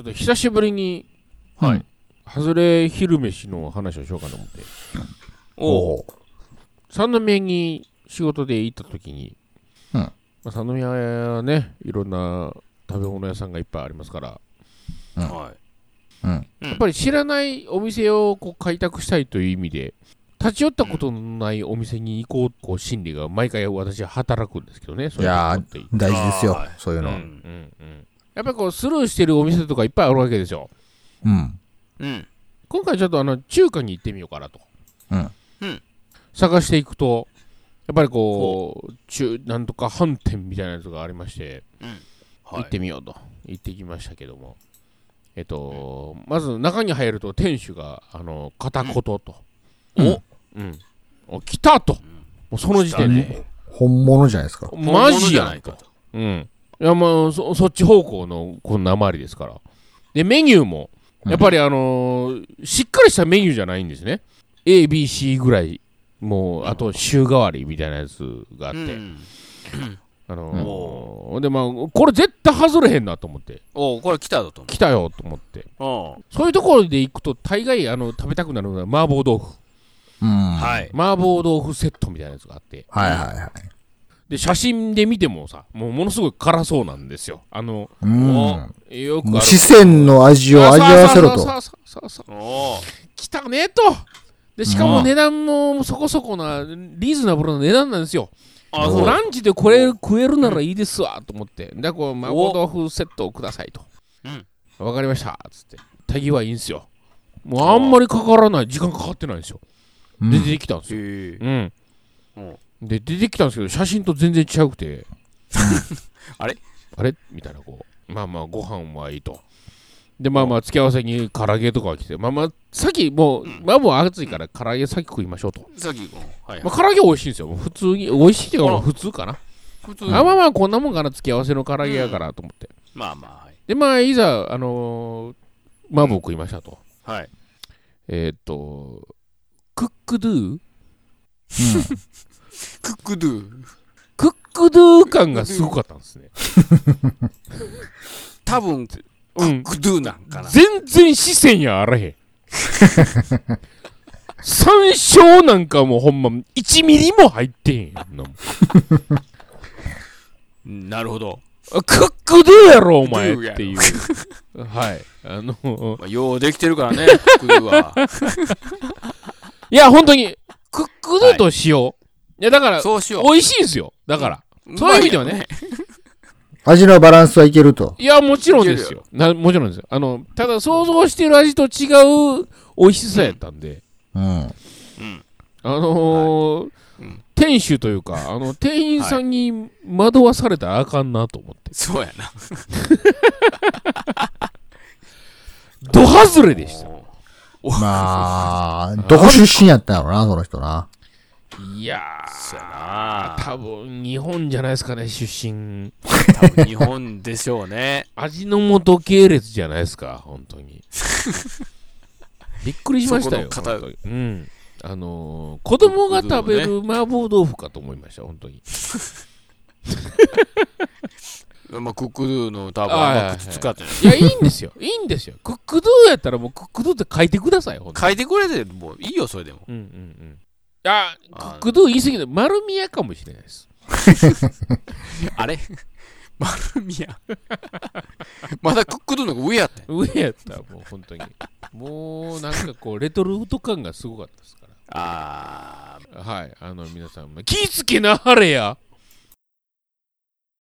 っと久しぶりに、はういん。ハズレ昼飯の話をしようかと思って、おお。三宮に仕事で行った時に、うんまあ、三宮はね、いろんな食べ物屋さんがいっぱいありますから、はうん。い。やっぱり知らないお店をこう開拓したいという意味で、立ち寄ったことのないお店に行こうこう心理が毎回私は働くんですけどね、そういうことって大事ですよあーはい。そういううの。ん。うんうん、やっぱりこうスルーしてるお店とかいっぱいあるわけですよ。うん。うん。今回ちょっとあの中華に行ってみようかなと、うんうん探していくとやっぱりこう中なんとか飯店みたいなやつがありまして、はい行ってみようと行ってきましたけどもえっとまず中に入ると店主があの片言と、うんおうんお来たと、もうその時点で、本物じゃないですか。マジ本や物じゃなんいとかうんいやもうそそっち方向のこの訛りですからでメニューもうんやっぱりあのーしっかりしたメニューじゃないんですね ABC ぐらいもうあと週替わりみたいなやつがあって、うんあのーでまあこれ絶対外れへんなと思っておお、これ来たぞと来たよと思って思う。そういうところで行くと大概あの食べたくなるのは麻婆豆腐うん。うん。ははいい。麻婆豆腐セットみたいなやつがあってはいはい。で写真で見てもさもうものすごい辛そうなんですよあのうもん。うよくあもるう四川の味を味わわせろと。さあさあさあさあさあさあおお。来たねとでしかも値段もそこそこなリーズナブルな値段なんですよあ、もそううだ。ランチでこれ食えるならいいですわと思ってでこう麻婆豆腐セットをくださいとうんわ、かりましたつって手際いいんですよもうあんまりかからない時間かかってないんですようでん出てきたんですよ、へえ。うんうんで出てきたんですけど写真と全然違くて あれあれみたいなこうまあまあご飯はいいとでまあまあ付け合わせに唐揚げとかが来てまあまあさっきもうまあもう暑いから唐揚げさっき食いましょうと、さっき、うんはいま。あ、唐揚げ美味しいんですよ普通に美味しいっていうあから普通かな普通あまあまあこんなもんかな付け合わせの唐揚げやからと思って、まあまあ、はい。でまあいざあのー、麻婆食いましたとはい。えーっとクックドゥクックドゥ。クックドゥ感がすごかったんですね多分、クうんックドゥなんかな。全然視線やあらへん山椒なんかもうほんま1ミリも入ってへんやんなもんうんなるほど。あクックドゥやろお前クックドゥやっろていうはいあのまあようできてるから ね、クックドゥは。いや本当にクックドゥと塩、い、やだからそうしよ美味しいんですよだから、う。そういう意味ではね味のバランスはいけると。いやもちろんですよなもちろんですよあのただ想像してる味と違う美味しさやったんで、うん。うまいよね。あのーいうん店主というか、あの店員さんに惑わされたらあかんなと思って、そうやな。ドハズレでした。おまあ、どこ出身やったんやろな、その人な。いやそうやー、な。多分日本じゃないですかね、出身。多分日本でしょうね。味の素系列じゃないですか、本当 に。びっくりしましたよ、そこの方本当にうん。あのー子供が食べる麻婆豆腐かと思いました、本当に。まあ、クックドゥの多分、はいはいはいあんま口使ってない。いや、いいんですよ、 いいんですよ。クックドゥやったらもうクックドゥって書いてください、本当に書いてくれてもういいよ、それでも。うんうんうん。あ、クあックドゥ言い過ぎて、丸宮かもしれないです。あれ丸みや。まだクックドゥの方が上やったんや上やったらもう本 当に。もうなんかこう、レトルト感がすごかったですかあら。はい、あの皆さん、気ぃつけなはれや。